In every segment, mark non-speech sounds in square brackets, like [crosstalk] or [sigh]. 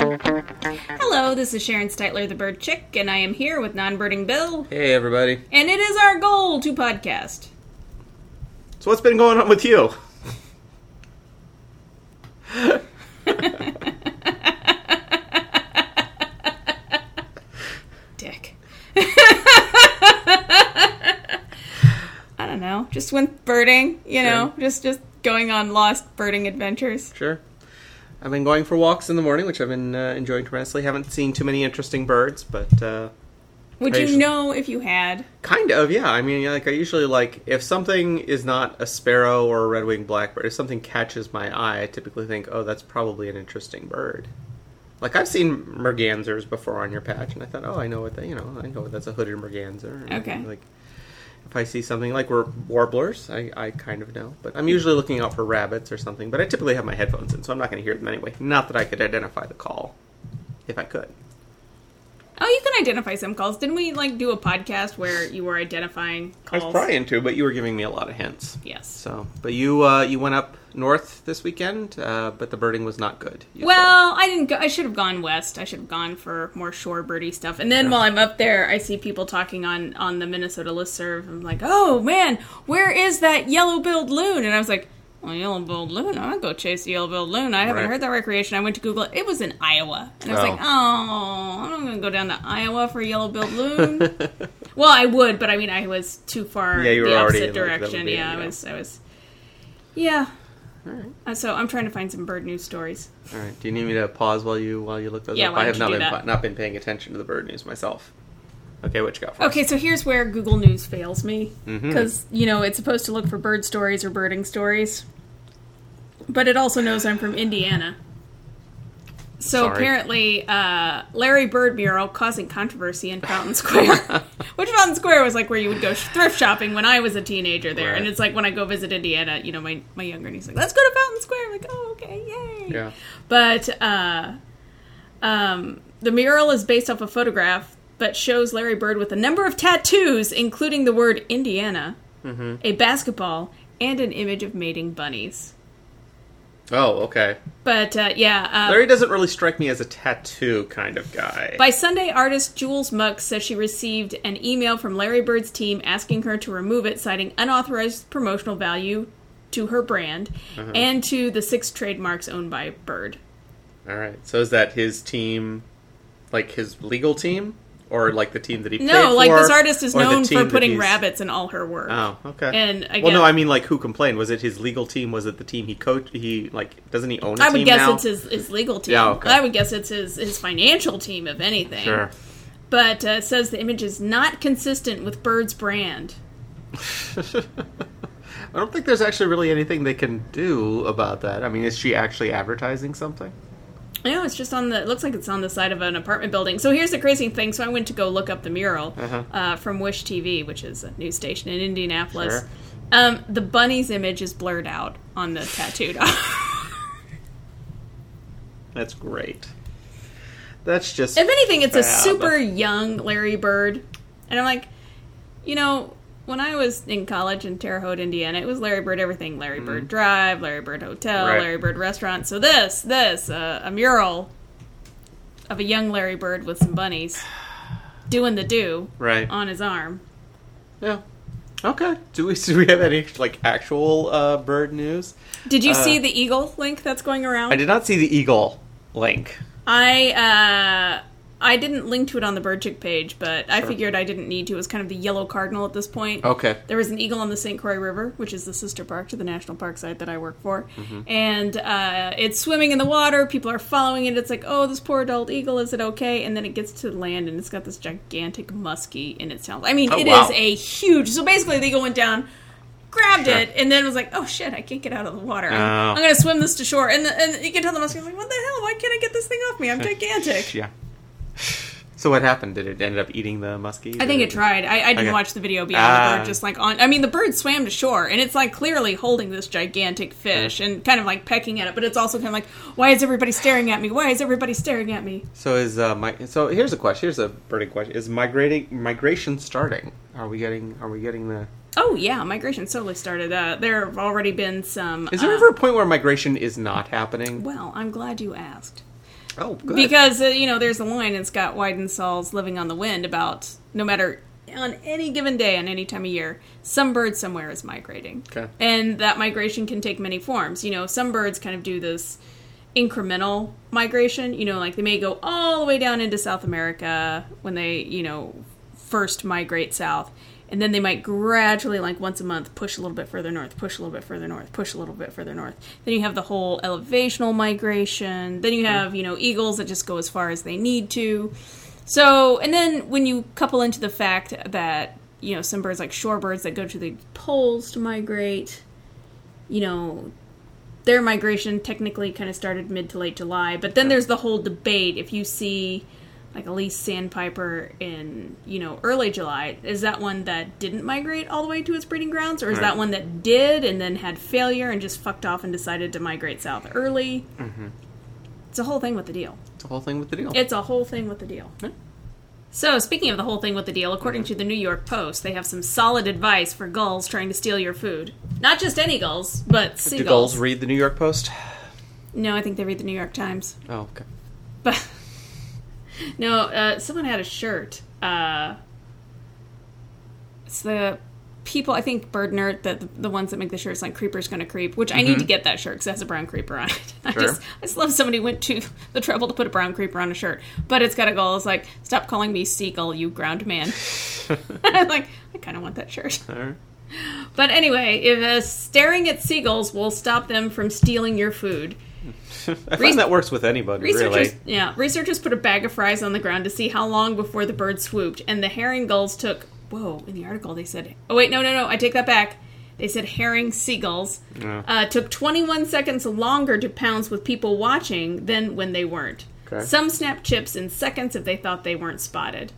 Hello, this is Sharon Steitler, the bird chick, and I am here with non birding Bill, Hey, everybody. and it is our goal to podcast. So, what's been going on with you? Dick. I don't know. Just went birding, you know, just just going on lost birding adventures. Sure. I've been going for walks in the morning, which I've been uh, enjoying tremendously. Haven't seen too many interesting birds, but uh, Would you Occasionally. know if you had? kind of, yeah. I mean, like I usually like if something is not a sparrow or a red-winged blackbird, if something catches my eye, I typically think, "Oh, that's probably an interesting bird." Like I've seen mergansers before on your patch, and I thought, "Oh, I know what that. You know, I know that's a hooded merganser." And, Okay. Like if I see something like we're warblers, I, I kind of know. But I'm usually looking out for rabbits or something. But I typically have my headphones in, so I'm not going to hear them anyway. Not that I could identify the call, if I could. Oh, you can identify some calls. Didn't we like do a podcast where you were identifying I calls? was trying to, but you were giving me a lot of hints. Yes. So, but you uh, you went up north this weekend, uh, but the birding was not good. you Well, I didn't. Go, I should have gone west. I should have gone for more shore birdie stuff. And then while I'm up there, I see people talking on on the Minnesota listserv. I'm like, oh man, where is that yellow-billed loon? And I was like, well, yellow-billed loon. I'm gonna go chase the yellow-billed loon. I haven't Right. heard that recreation. I went to Google it. It was in Iowa, and I was Oh. like, oh, I'm not gonna go down to Iowa for yellow-billed [laughs] loon. well, I would, but I mean, I was too far. Yeah, you the were already opposite in, like, that would direction. be- yeah, I yeah. was. I was. Yeah. All right. Uh, So I'm trying to find some bird news stories. All right. Do you need me to pause while you while you look those Yeah, up? why I have don't not you do been that? pa- not been paying attention to the bird news myself. Okay, what you got for us? Okay, so here's where Google News fails me Mm-hmm. because you know it's supposed to look for bird stories or birding stories, but it also knows I'm from Indiana. So Sorry. apparently, uh, Larry Bird mural causing controversy in Fountain Square, [laughs] which Fountain Square was like where you would go sh- thrift shopping when I was a teenager there, and Right. it's like when I go visit Indiana, you know, my my younger niece is like, let's go to Fountain Square. I'm like, oh, okay, yay. Yeah. But uh, um, the mural is based off a photograph, but shows Larry Bird with a number of tattoos, including the word Indiana, Mm-hmm. a basketball, and an image of mating bunnies. Oh, okay. But uh, yeah, uh, Larry doesn't really strike me as a tattoo kind of guy. by Sunday, artist Jules Muck says she received an email from Larry Bird's team asking her to remove it, citing unauthorized promotional value to her brand Uh-huh. and to the six trademarks owned by Bird. All right. So is that his team, like his legal team, or like the team that he played No, like for, this artist is or the known team for that putting he's- rabbits in all her work. Oh, okay. And well, again- no, I mean like who complained? Was it his legal team? Was it the team he coached? He like doesn't he own? a I would team guess now? it's his, his legal team. Yeah, okay. I would guess it's his, his financial team, if anything. Sure. But uh, it says the image is not consistent with Bird's brand. [laughs] I don't think there's actually really anything they can do about that. I mean, is she actually advertising something? No, it's just on the. It looks like it's on the side of an apartment building. So here's the crazy thing. So I went to go look up the mural Uh-huh. uh from Wish TV, which is a news station in Indianapolis. Sure. Um, the bunny's image is blurred out on the tattooed. [laughs] That's great. That's just If anything, it's a Fab. super young Larry Bird. And I'm like, you know, when I was in college in Terre Haute, Indiana, it was Larry Bird everything Larry Bird Drive, Larry Bird Hotel, Right. Larry Bird Restaurant. So this, this, uh, a mural of a young Larry Bird with some bunnies doing the do right. on his arm. Yeah. Okay. Do we do we have any like actual uh, bird news? Did you see the eagle link that's going around? I did not see the eagle link. I uh I didn't link to it on the Bird Chick page, but I figured I didn't need to. It was kind of the yellow cardinal at this point. Okay. There was an eagle on the St. Croix River, which is the sister park to the national park site that I work for. Mm-hmm. And uh, it's swimming in the water. People are following it. It's like, oh, this poor adult eagle, is it okay? And then it gets to land and it's got this gigantic muskie in its tail. I mean, Oh, it is wow. a huge. So basically, the eagle went down. Grabbed Sure. it and then was like, "Oh shit, I can't get out of the water. Oh. I'm gonna swim this to [laughs] shore." And, the, and you can tell the muskie's like, "What the hell? Why can't I get this thing off me? I'm gigantic." Yeah. So what happened? Did it end up eating the muskies? I think it tried. I, I didn't Okay. watch the video beyond the Ah. bird just like on. I mean, the bird swam to shore, and it's like clearly holding this gigantic fish and kind of like pecking at it. But it's also kind of like, why is everybody staring at me? Why is everybody staring at me? So is uh, my so here's a question. Here's a birding question. Is migrating migration starting? Are we getting are we getting the Oh yeah, migration slowly started. Uh, there have already been some. Is there uh, ever a point where migration is not happening? Well, I'm glad you asked. Oh, good. Because uh, you know, there's a line in Scott Weidensol's "Living on the Wind" about no matter on any given day and any time of year, some bird somewhere is migrating, Okay. and that migration can take many forms. You know, some birds kind of do this incremental migration. You know, like they may go all the way down into South America when they you know first migrate south. And then they might gradually, like once a month, push a little bit further north, push a little bit further north, push a little bit further north. Then you have the whole elevational migration. Then you have, you know, eagles that just go as far as they need to. So, and then when you couple into the fact that, you know, some birds like shorebirds that go to the poles to migrate, you know, their migration technically kind of started mid to late July, but then there's the whole debate if you see like Elise Sandpiper in, you know, early July, is that one that didn't migrate all the way to its breeding grounds or is that Right. one that did and then had failure and just fucked off and decided to migrate south early? Mm-hmm. It's a whole thing with the deal. It's the whole thing with the deal. It's a whole thing with the deal. Yeah. So, speaking of the whole thing with the deal, according to the New York Post, they have some solid advice for gulls trying to steal your food. Not just any gulls, but Do seagulls. gulls read the New York Post? no, I think they read the New York Times. Oh, okay. But [laughs] no, uh, someone had a shirt. Uh, it's the people. I think Bird Nerd, that the, the ones that make the shirts like Creeper's Gonna Creep, which I need to get that shirt because it has a brown creeper on it. [laughs] I Sure. just I just love somebody went to the trouble to put a brown creeper on a shirt, but it's got a goal. It's like stop calling me seagull, you ground man. [laughs] I'm like I kind of want that shirt. All right. [laughs] But anyway, if uh, staring at seagulls will stop them from stealing your food. I Res- find that works with anybody, Researchers, really. yeah, researchers put a bag of fries on the ground to see how long before the bird swooped, and the herring gulls took. Whoa! In the article, they said, "Oh wait, no, no, no! I take that back." They said herring seagulls Yeah. uh, took 21 seconds longer to pounce with people watching than when they weren't. Okay. Some snapped chips in seconds if they thought they weren't spotted.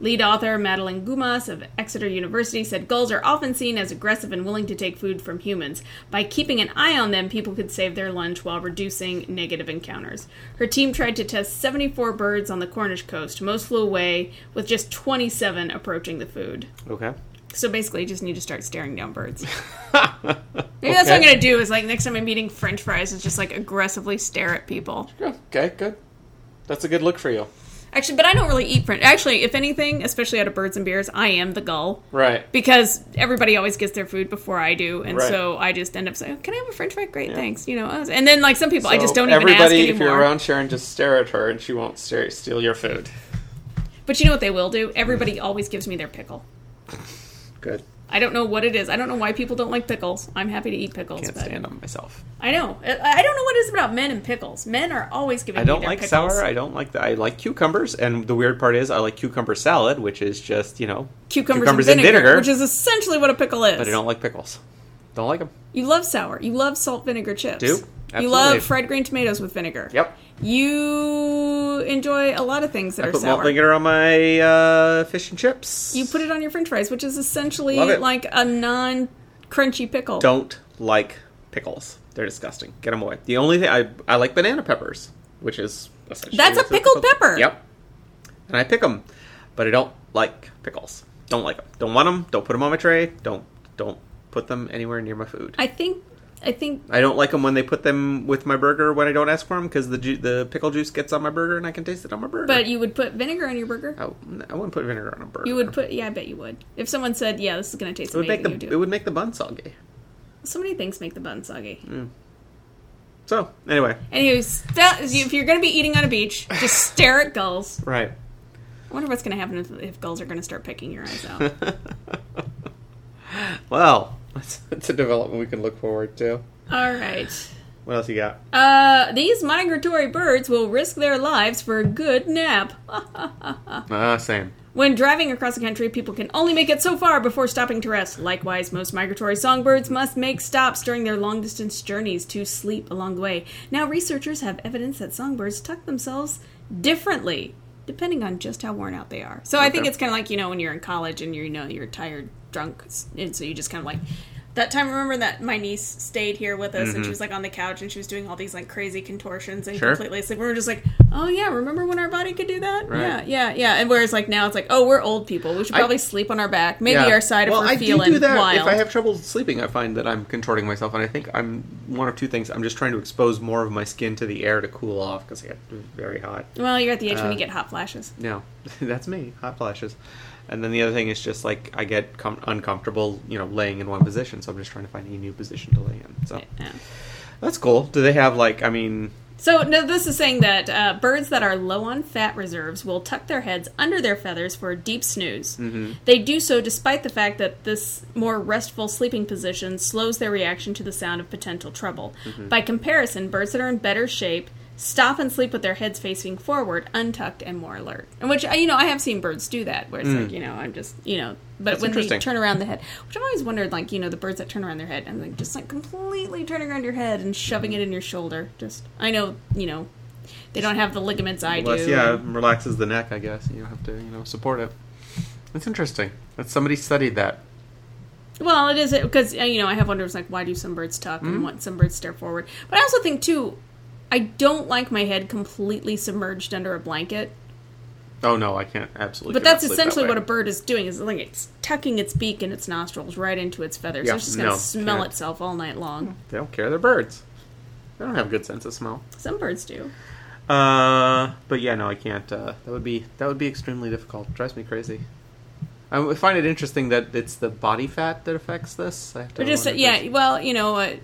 Lead author Madeline Gumas of Exeter University said gulls are often seen as aggressive and willing to take food from humans. By keeping an eye on them, people could save their lunch while reducing negative encounters. Her team tried to test 74 birds on the Cornish coast. Most flew away, with just 27 approaching the food. Okay. So basically, you just need to start staring down birds. Maybe that's what I'm Okay. gonna do. Is like next time I'm eating French fries, is just like aggressively stare at people. Okay, good. That's a good look for you. Actually, but I don't really eat French. Actually, if anything, especially out of birds and beers, I am the gull Right. because everybody always gets their food before I do, and Right. so I just end up saying, "Oh, "Can I have a French fry? Great, thanks." You know, I was- and then like some people, I just don't even ask Everybody, anymore. if you're around Sharon, just stare at her and she won't stare, steal your food. But you know what they will do? Everybody always gives me their pickle. Good. I don't know what it is. I don't know why people don't like pickles. I'm happy to eat pickles. Can't but stand them myself. I know. I I don't know what it is about men and pickles. Men are always giving. I me don't their like pickles. sour. I don't like that. I like cucumbers, and the weird part is I like cucumber salad, which is just you know cucumbers, Cucumbers and in vinegar, vinegar. which is essentially what a pickle is. But I don't like pickles. Don't like them. You love sour. You love salt vinegar chips. Do. You Absolutely. love fried green tomatoes with vinegar. Yep. You enjoy a lot of things that are Put sour. malt vinegar on my uh, fish and chips. You put it on your french fries, which is essentially Love it. like a non crunchy pickle. Don't like pickles. They're disgusting. Get them away. The only thing I I like banana peppers, which is essentially That's a pickled pepper. Yep. And I pick them, but I don't like pickles. Don't like them. Don't want them. Don't put them on my tray. Don't don't put them anywhere near my food. I think. I think. I don't like them when they put them with my burger when I don't ask for them because the ju- the pickle juice gets on my burger and I can taste it on my burger. But you would put vinegar on your burger. I, I wouldn't put vinegar on a burger. You would put. Yeah, I bet you would. If someone said, "Yeah, this is going to taste it would make amazing," the you do. it would make the bun soggy. So many things make the bun soggy. Mm. So anyway, Anyways, that, if you're going to be eating on a beach, [laughs] just stare at gulls. right. [laughs] I wonder what's going to happen if, if gulls are going to start picking your eyes [laughs] out. Well, [laughs] that's, that's a development we can look forward to. All right. What else you got? Uh, these migratory birds will risk their lives for a good nap. Oh. Ah, same. When driving across the country, people can only make it so far before stopping to rest. Likewise, most migratory songbirds must make stops during their long distance journeys to sleep along the way. Now, researchers have evidence that songbirds tuck themselves differently depending on just how worn out they are. So I think Okay. it's kind of like you know when you're in college and you're, you know you're tired, drunk, s- and so you just kind of like. That time, remember that my niece stayed here with us, and she was like on the couch, and she was doing all these like crazy contortions and Mm-hmm. Sure. completely asleep. We were just like, "Oh yeah, remember when our body could do that? Right. Yeah, yeah, yeah." And whereas like now it's like, "Oh, we're old people. We should I- probably sleep on our back, maybe Yeah. our side well, if we're I feeling do do that. wild." If I have trouble sleeping, I find that I'm contorting myself, and I think I'm one of two things. I'm just trying to expose more of my skin to the air to cool off because I got very hot. well, you're at the age when Uh, you get hot flashes. No, [laughs] that's me. Hot flashes. And then the other thing is just like I get com- uncomfortable, you know, laying in one position. So I'm just trying to find a new position to lay in. So Yeah. that's cool. Do they have like? I mean, So no, this is saying that uh, birds that are low on fat reserves will tuck their heads under their feathers for a deep snooze. They do so despite the fact that this more restful sleeping position slows their reaction to the sound of potential trouble. By comparison, birds that are in better shape stop and sleep with their heads facing forward, untucked, and more alert. And which uh, you know, I have seen birds do that, where it's like you know, I'm just you know, but That's when they interesting. turn around the head, which I've always wondered, like you know, the birds that turn around their head and like just like completely turning around your head and shoving it in your shoulder. Just I know you know, they don't have the ligaments I unless do. yeah, it and- relaxes the neck. I guess you have to you know support it. That's interesting. That somebody studied that. Well, it is because you know I have wonders like why do some birds tuck Mm-hmm. and what some birds stare forward. But I also think too, I don't like my head completely submerged under a blanket. Oh no, I can't absolutely. But cannot that's sleep essentially that what way. a bird is doing. Is like it's tucking its beak and its nostrils right into its feathers. Yeah, it's just gonna no, smell can't. Hmm. itself all night long. They don't care. They're birds. They don't have a good sense of smell. Some birds do. Uh, but yeah, no, I can't. Uh, that would be that would be extremely difficult. drives me crazy. I would find it interesting that it's the body fat that affects this. I have to But just uh, wonder if yeah, it's- well, you know, uh,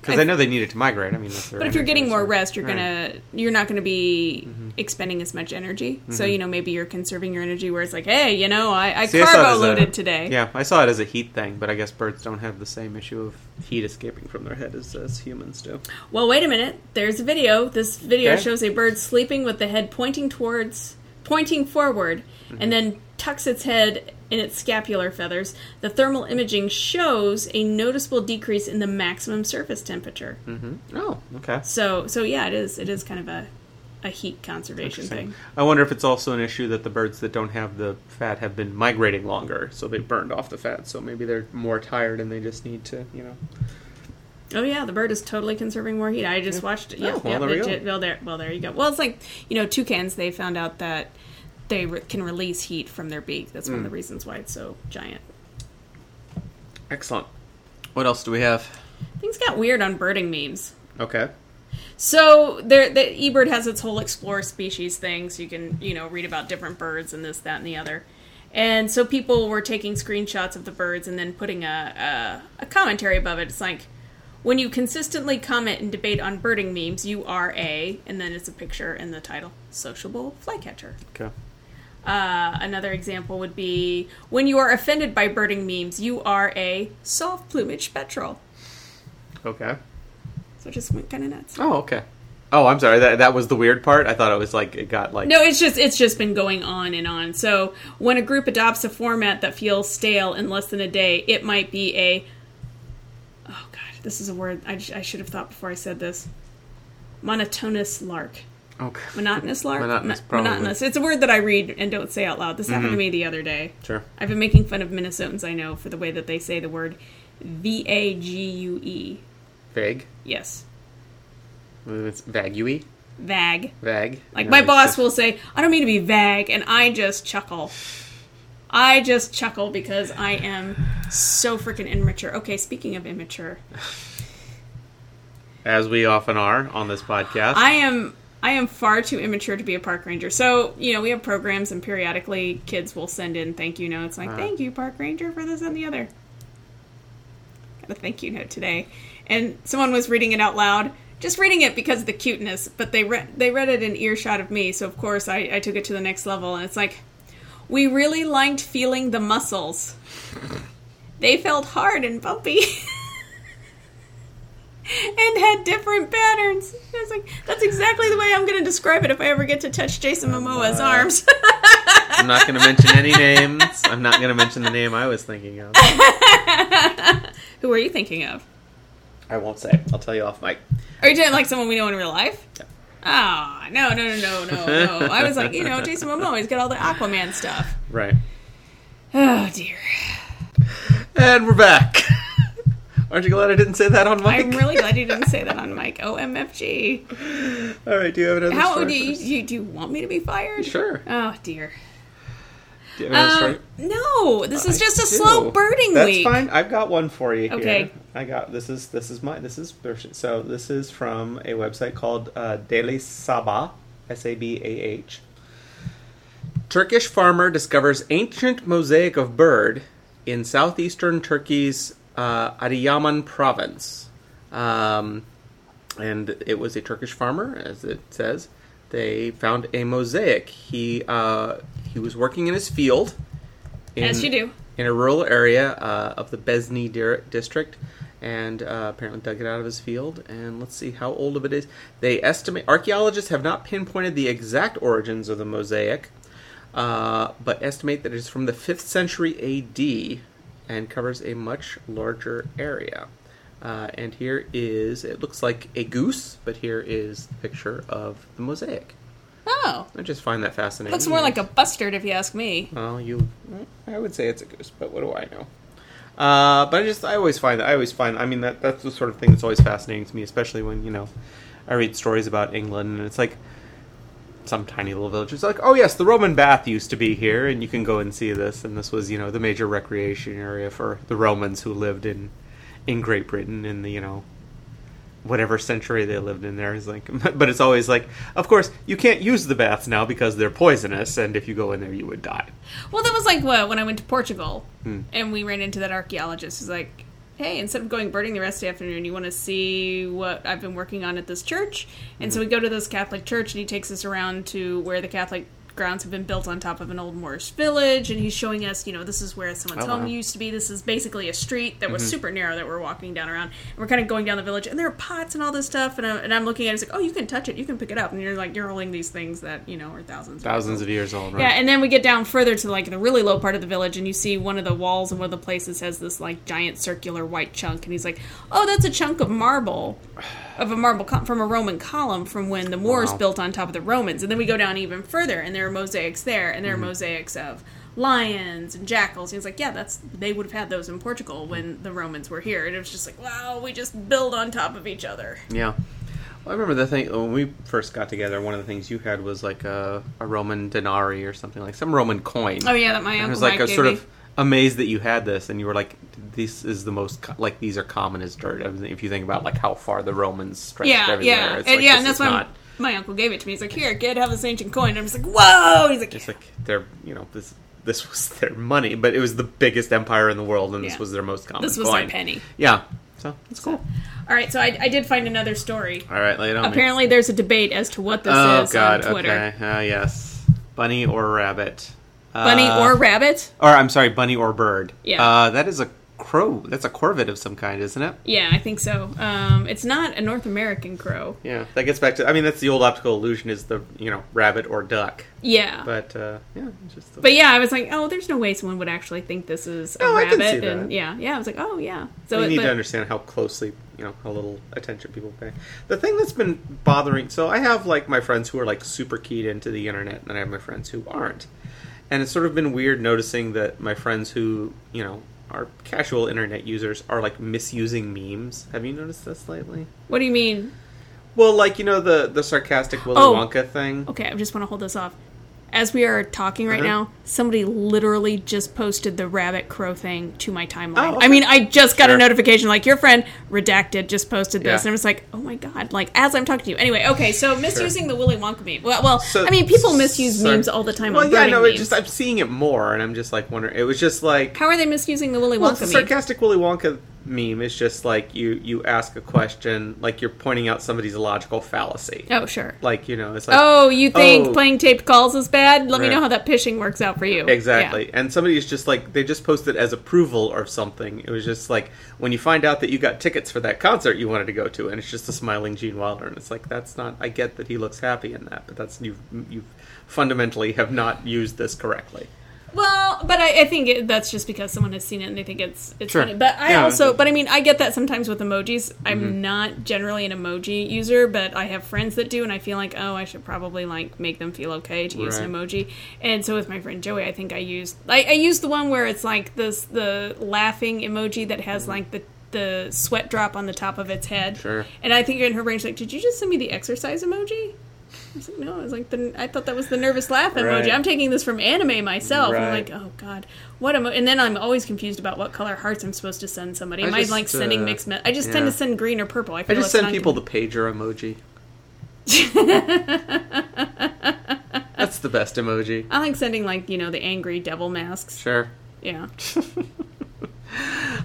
because I know they need it to migrate. I mean, that's their but if you're energy, getting more so- rest, you're Right. Mm-hmm. gonna you're not gonna be expending as much energy. So you know maybe you're conserving your energy where it's like, hey, you know, I, I See, I saw it carbo as a- loaded today. Yeah, I saw it as a heat thing, but I guess birds don't have the same issue of heat escaping from their head as, as humans do. Well, wait a minute. There's a video. This video Okay. shows a bird sleeping with the head pointing towards, pointing forward, Mm-hmm. and then tucks its head in its scapular feathers. The thermal imaging shows a noticeable decrease in the maximum surface temperature. Oh, okay. So, so yeah, it is. It is kind of a, a heat conservation Interesting. thing. I wonder if it's also an issue that the birds that don't have the fat have been migrating longer, so they burned off the fat. So maybe they're more tired and they just need to, you know. Oh yeah, the bird is totally conserving more heat. I just watched it. Oh, Yeah, well, yeah, there we go. legit. Well, there, well, there you go. Well, it's like you know, toucans. They found out that they re- can release heat from their beak. That's Mm. one of the reasons why it's so giant. Excellent. What else do we have? Things got weird on birding memes. Okay. So there, the eBird has its whole explore species thing, so you can you know read about different birds and this, that, and the other. And so people were taking screenshots of the birds and then putting a a, a commentary above it. It's like when you consistently comment and debate on birding memes, you are a, and then it's a picture and the title: sociable flycatcher. Okay. Uh, another example would be when you are offended by birding memes, you are a soft plumage petrel. Okay. So it just went kind of nuts. Oh, okay. Oh, I'm sorry. That that was the weird part. I thought it was like it got like No, it's just it's just been going on and on. So when a group adopts a format that feels stale in less than a day, it might be a oh god, this is a word I, sh- I should have thought before I said this. Monotonous lark, Okay. monotonous lark, Monotonous, Mo- probably. Mm-hmm. monotonous. It's a word that I read and don't say out loud. This happened to me the other day. Sure. I've been making fun of Minnesotans I know for the way that they say the word V A G U E. Vague. Yes, It's vague. vag. Vague. Like No, my it's boss just- will say, "I don't mean to be vague," and I just chuckle. I just chuckle because I am so freaking immature. Okay, speaking of immature, as we often are on this podcast. I am I am far too immature to be a park ranger. So you know we have programs, and periodically kids will send in thank you notes like, Uh-huh. "Thank you, park ranger, for this and the other." Got a thank you note today, and someone was reading it out loud. Just reading it because of the cuteness, but they read they read it in earshot of me, so of course I, I took it to the next level, and it's like, we really liked feeling the muscles. They felt hard and bumpy. [laughs] and had different patterns. I was like, that's exactly the way I'm going to describe it if I ever get to touch Jason Momoa's arms. [laughs] I'm not going to mention any names. I'm not going to mention the name I was thinking [laughs] of. Who are you thinking of? I won't say. I'll tell you off mic. Are you doing like someone we know in real life? Ah, no, no, no, no, no, no. I was like, you know, Jason Momoa, he's got all the Aquaman stuff. Right. Oh dear. And we're back. [laughs] Aren't you glad I didn't say that on mic? I'm really glad you didn't say that on Mike. OMFG. [laughs] All right. Do you have another How story do you, first? [laughs] you do you want me to be fired? Sure. Oh dear. Do you have another Um, story? no, this is I just a do. slow birding That's week. fine. I've got one for you. Okay. Here. I got this. Is this is my this is so this is from a website called uh, Daily Sabah, S A B A H. Turkish farmer discovers ancient mosaic of bird in southeastern Turkey's uh, Adıyaman province. Um, and it was a Turkish farmer, as it says. They found a mosaic. He uh, he was working in his field. in- As you do. in a rural area uh, of the Besni dir- district, and uh, apparently dug it out of his field. And let's see how old of it is. They estimate archaeologists have not pinpointed the exact origins of the mosaic, uh, but estimate that it is from the fifth century A.D. and covers a much larger area. Uh, and here is it looks like a goose, but here is the picture of the mosaic. Oh. I just find that fascinating. Looks more like a bustard if you ask me. Well, you, I would say it's a goose, but what do I know? Uh, but I just, I always find, I always find, I mean, that that's the sort of thing that's always fascinating to me, especially when you know, I read stories about England, and it's like some tiny little village. It's like, oh yes, the Roman bath used to be here, and you can go and see this, and this was you know the major recreation area for the Romans who lived in in Great Britain in the you know whatever century they lived in there is like [laughs] but it's always like of course you can't use the baths now because they're poisonous and if you go in there you would die Well, that was like what, when I went to Portugal Hmm. and we ran into that archaeologist who's like, hey, instead of going birding the rest of the afternoon, you want to see what I've been working on at this church? And Hmm. so we go to this Catholic church and he takes us around to where the Catholic grounds have been built on top of an old Moorish village. And he's showing us, you know, this is where someone's Oh, home wow. Mm-hmm. used to be. This is basically a street that was super narrow that we're walking down around. And we're kind of going down the village and there are pots and all this stuff. And I'm, and I'm looking at it, it's like, oh, you can touch it, you can pick it up. And you're like, you're holding these things that, you know, are thousands of years thousands of years old, right? yeah, and then we get down further to like the really low part of the village, and you see one of the walls and one of the places has this like giant circular white chunk, and he's like, "Oh, that's a chunk of marble, of a marble col from a Roman column from when the Moors Wow. built on top of the Romans." And then we go down even further, and there are mosaics there, and there Hmm. are mosaics of lions and jackals. And he's like, "Yeah, that's they would have had those in Portugal when the Romans were here." And it was just like, "Wow, we just build on top of each other." yeah. Well, I remember the thing when we first got together. One of the things you had was like a, a Roman denarii or something like some Roman coin. Oh yeah, that my And I uncle was like Mike I was gave sort me. of amazed that you had this, and you were like, "This is the most co- like these are common as dirt." I mean, if you think about like how far the Romans stretched yeah, everywhere, yeah, it's and like, yeah, this and that's is why not. my uncle gave it to me. He's like, "Here, kid, have this ancient coin." And I'm just like, "Whoa!" He's like, It's like they're you know this this [laughs] was their money, but it was the biggest empire in the world, and this Yeah. was their most common. "This was coin. my penny." Yeah, so that's cool. All right, so I, I did find another story. All right, lay it on me. Apparently, there's a debate as to what this oh is God! on Twitter: Okay, uh, yes, bunny or rabbit. bunny Uh, or rabbit. or I'm sorry, bunny or bird. Yeah. uh, that is a crow. That's a corvid of some kind, isn't it? Yeah, I think so. Um, it's not a North American crow. Yeah, that gets back to. I mean, that's the old optical illusion is the you know rabbit or duck, Yeah, but, but uh, yeah, it's just the, yeah, I was like, "Oh, there's no way someone would actually think this is a No, Oh, I rabbit." can see that. And yeah, yeah, I was like, "Oh, yeah." So we it, need but, to understand how closely you know how little attention people pay. The thing that's been bothering. So I have like my friends who are like super keyed into the internet, and I have my friends who aren't. And it's sort of been weird noticing that my friends who you know are casual internet users are like misusing memes. Have you noticed this lately? what do you mean? Well, like you know the the sarcastic Willy Oh. Wonka thing. Okay, I just want to hold this off. As we are talking right Uh-huh. now, somebody literally just posted the rabbit crow thing to my timeline. Oh, okay. I mean, I just got Sure. a notification like your friend redacted just posted this, Yeah. and I was like, oh my god! Like as I'm talking to you, anyway. Okay, so misusing the Willy Wonka meme. Well, well, I mean, people misuse sar- memes all the time. Well, on yeah, I birding know. memes. It just I'm seeing it more, and I'm just like wondering. It was just like How are they misusing the Willy well, Wonka the meme? sarcastic Willy Wonka meme is just like you you ask a question, like you're pointing out somebody's logical fallacy. oh sure. Like you know, it's like Oh, you think Oh. playing taped calls is bad? Let me Right. know how that pishing works out for you. Exactly. Yeah. And somebody's just like they just posted as approval or something. It was just like when you find out that you got tickets for that concert you wanted to go to and it's just a smiling Gene Wilder and it's like that's not I get that he looks happy in that, but that's you you fundamentally have not used this correctly. Well, but I, I think it, that's just because someone has seen it and they think it's it's Sure. funny. But I Yeah. Mm-hmm. also, but I mean, I get that sometimes with emojis. I'm not generally an emoji user, but I have friends that do, and I feel like, oh, I should probably like make them feel okay to use an Right. emoji. And so with my friend Joey, I think I used I, I used the one where it's like this the laughing emoji that has like the the sweat drop on the top of its head. Mm-hmm. Sure. And I think in her brain, she's like, "Did you just send me the exercise emoji?" I was like, no, I was like, the, I thought that was the nervous laugh emoji. Right. I'm taking this from anime myself. I'm Right. like, oh god, what am? And then I'm always confused about what color hearts I'm supposed to send somebody. I Am I just, like sending uh, mixed? Me- I just tend yeah. to send green or purple. I, I feel just it's send not people the gonna- pager emoji. That's the best emoji. [laughs] I like sending like you know the angry devil masks. Sure. Yeah,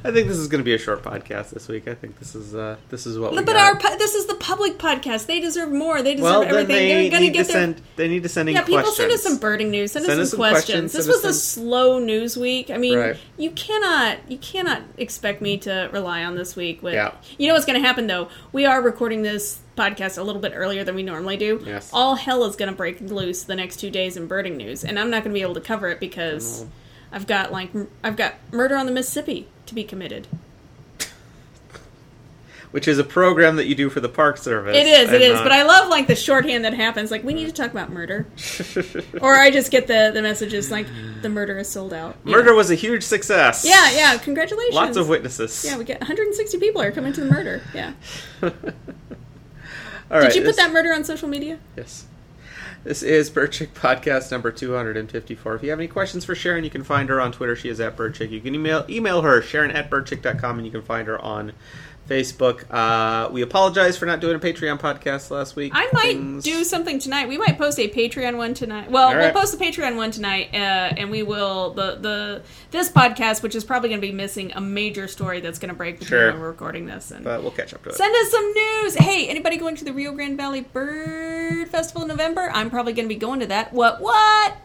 I think this is going to be a short podcast this week. I think this is uh, this is what. we but got. our pu- this is the public podcast. They deserve more. They deserve well, then everything. they are gonna need to get their send. They need to send in Yeah, people questions. send us some birding news. Send, us some questions. This send us was a some- slow news week. I mean, Right. you cannot you cannot expect me to rely on this week. With Yeah. you know what's going to happen though. We are recording this podcast a little bit earlier than we normally do. Yes. All hell is going to break loose the next two days in birding news, and I'm not going to be able to cover it because I've got like m- I've got murder on the Mississippi to be committed. which is a program that you do for the Park Service. It is, it and uh, is. not- But I love like the shorthand that happens. Like we need to talk about [laughs] murder, or I just get the the messages like the murder is sold out. You murder know. was a huge success. Yeah, yeah. Congratulations. Lots of witnesses. [laughs] Yeah, we get 160 people are coming to the murder. Yeah. All Did right, you put this- that murder on social media? Yes. This is Bird Chick Podcast number 254. If you have any questions for Sharon, you can find her on Twitter. She is at Bird Chick. You can email email her, Sharon at birdchick.com, and you can find her on Facebook. Uh, we apologize for not doing a Patreon podcast last week. I might Things- do something tonight. We might post a Patreon one tonight. Well, All we'll right. post a Patreon one tonight, uh, and we will the the this podcast, which is probably going to be missing a major story that's going to break between Sure. when we're recording this. And But we'll catch up to it. send us some news. Hey, anybody going to the Rio Grande Valley Bird Festival in November? I'm probably going to be going to that. What? What?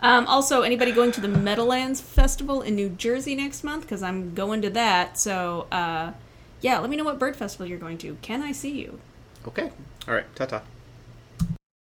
Um, also, anybody going to the Meadowlands Festival in New Jersey next month? Because I'm going to that. So, uh, yeah, let me know what bird festival you're going to. Can I see you? Okay. All right. Ta ta.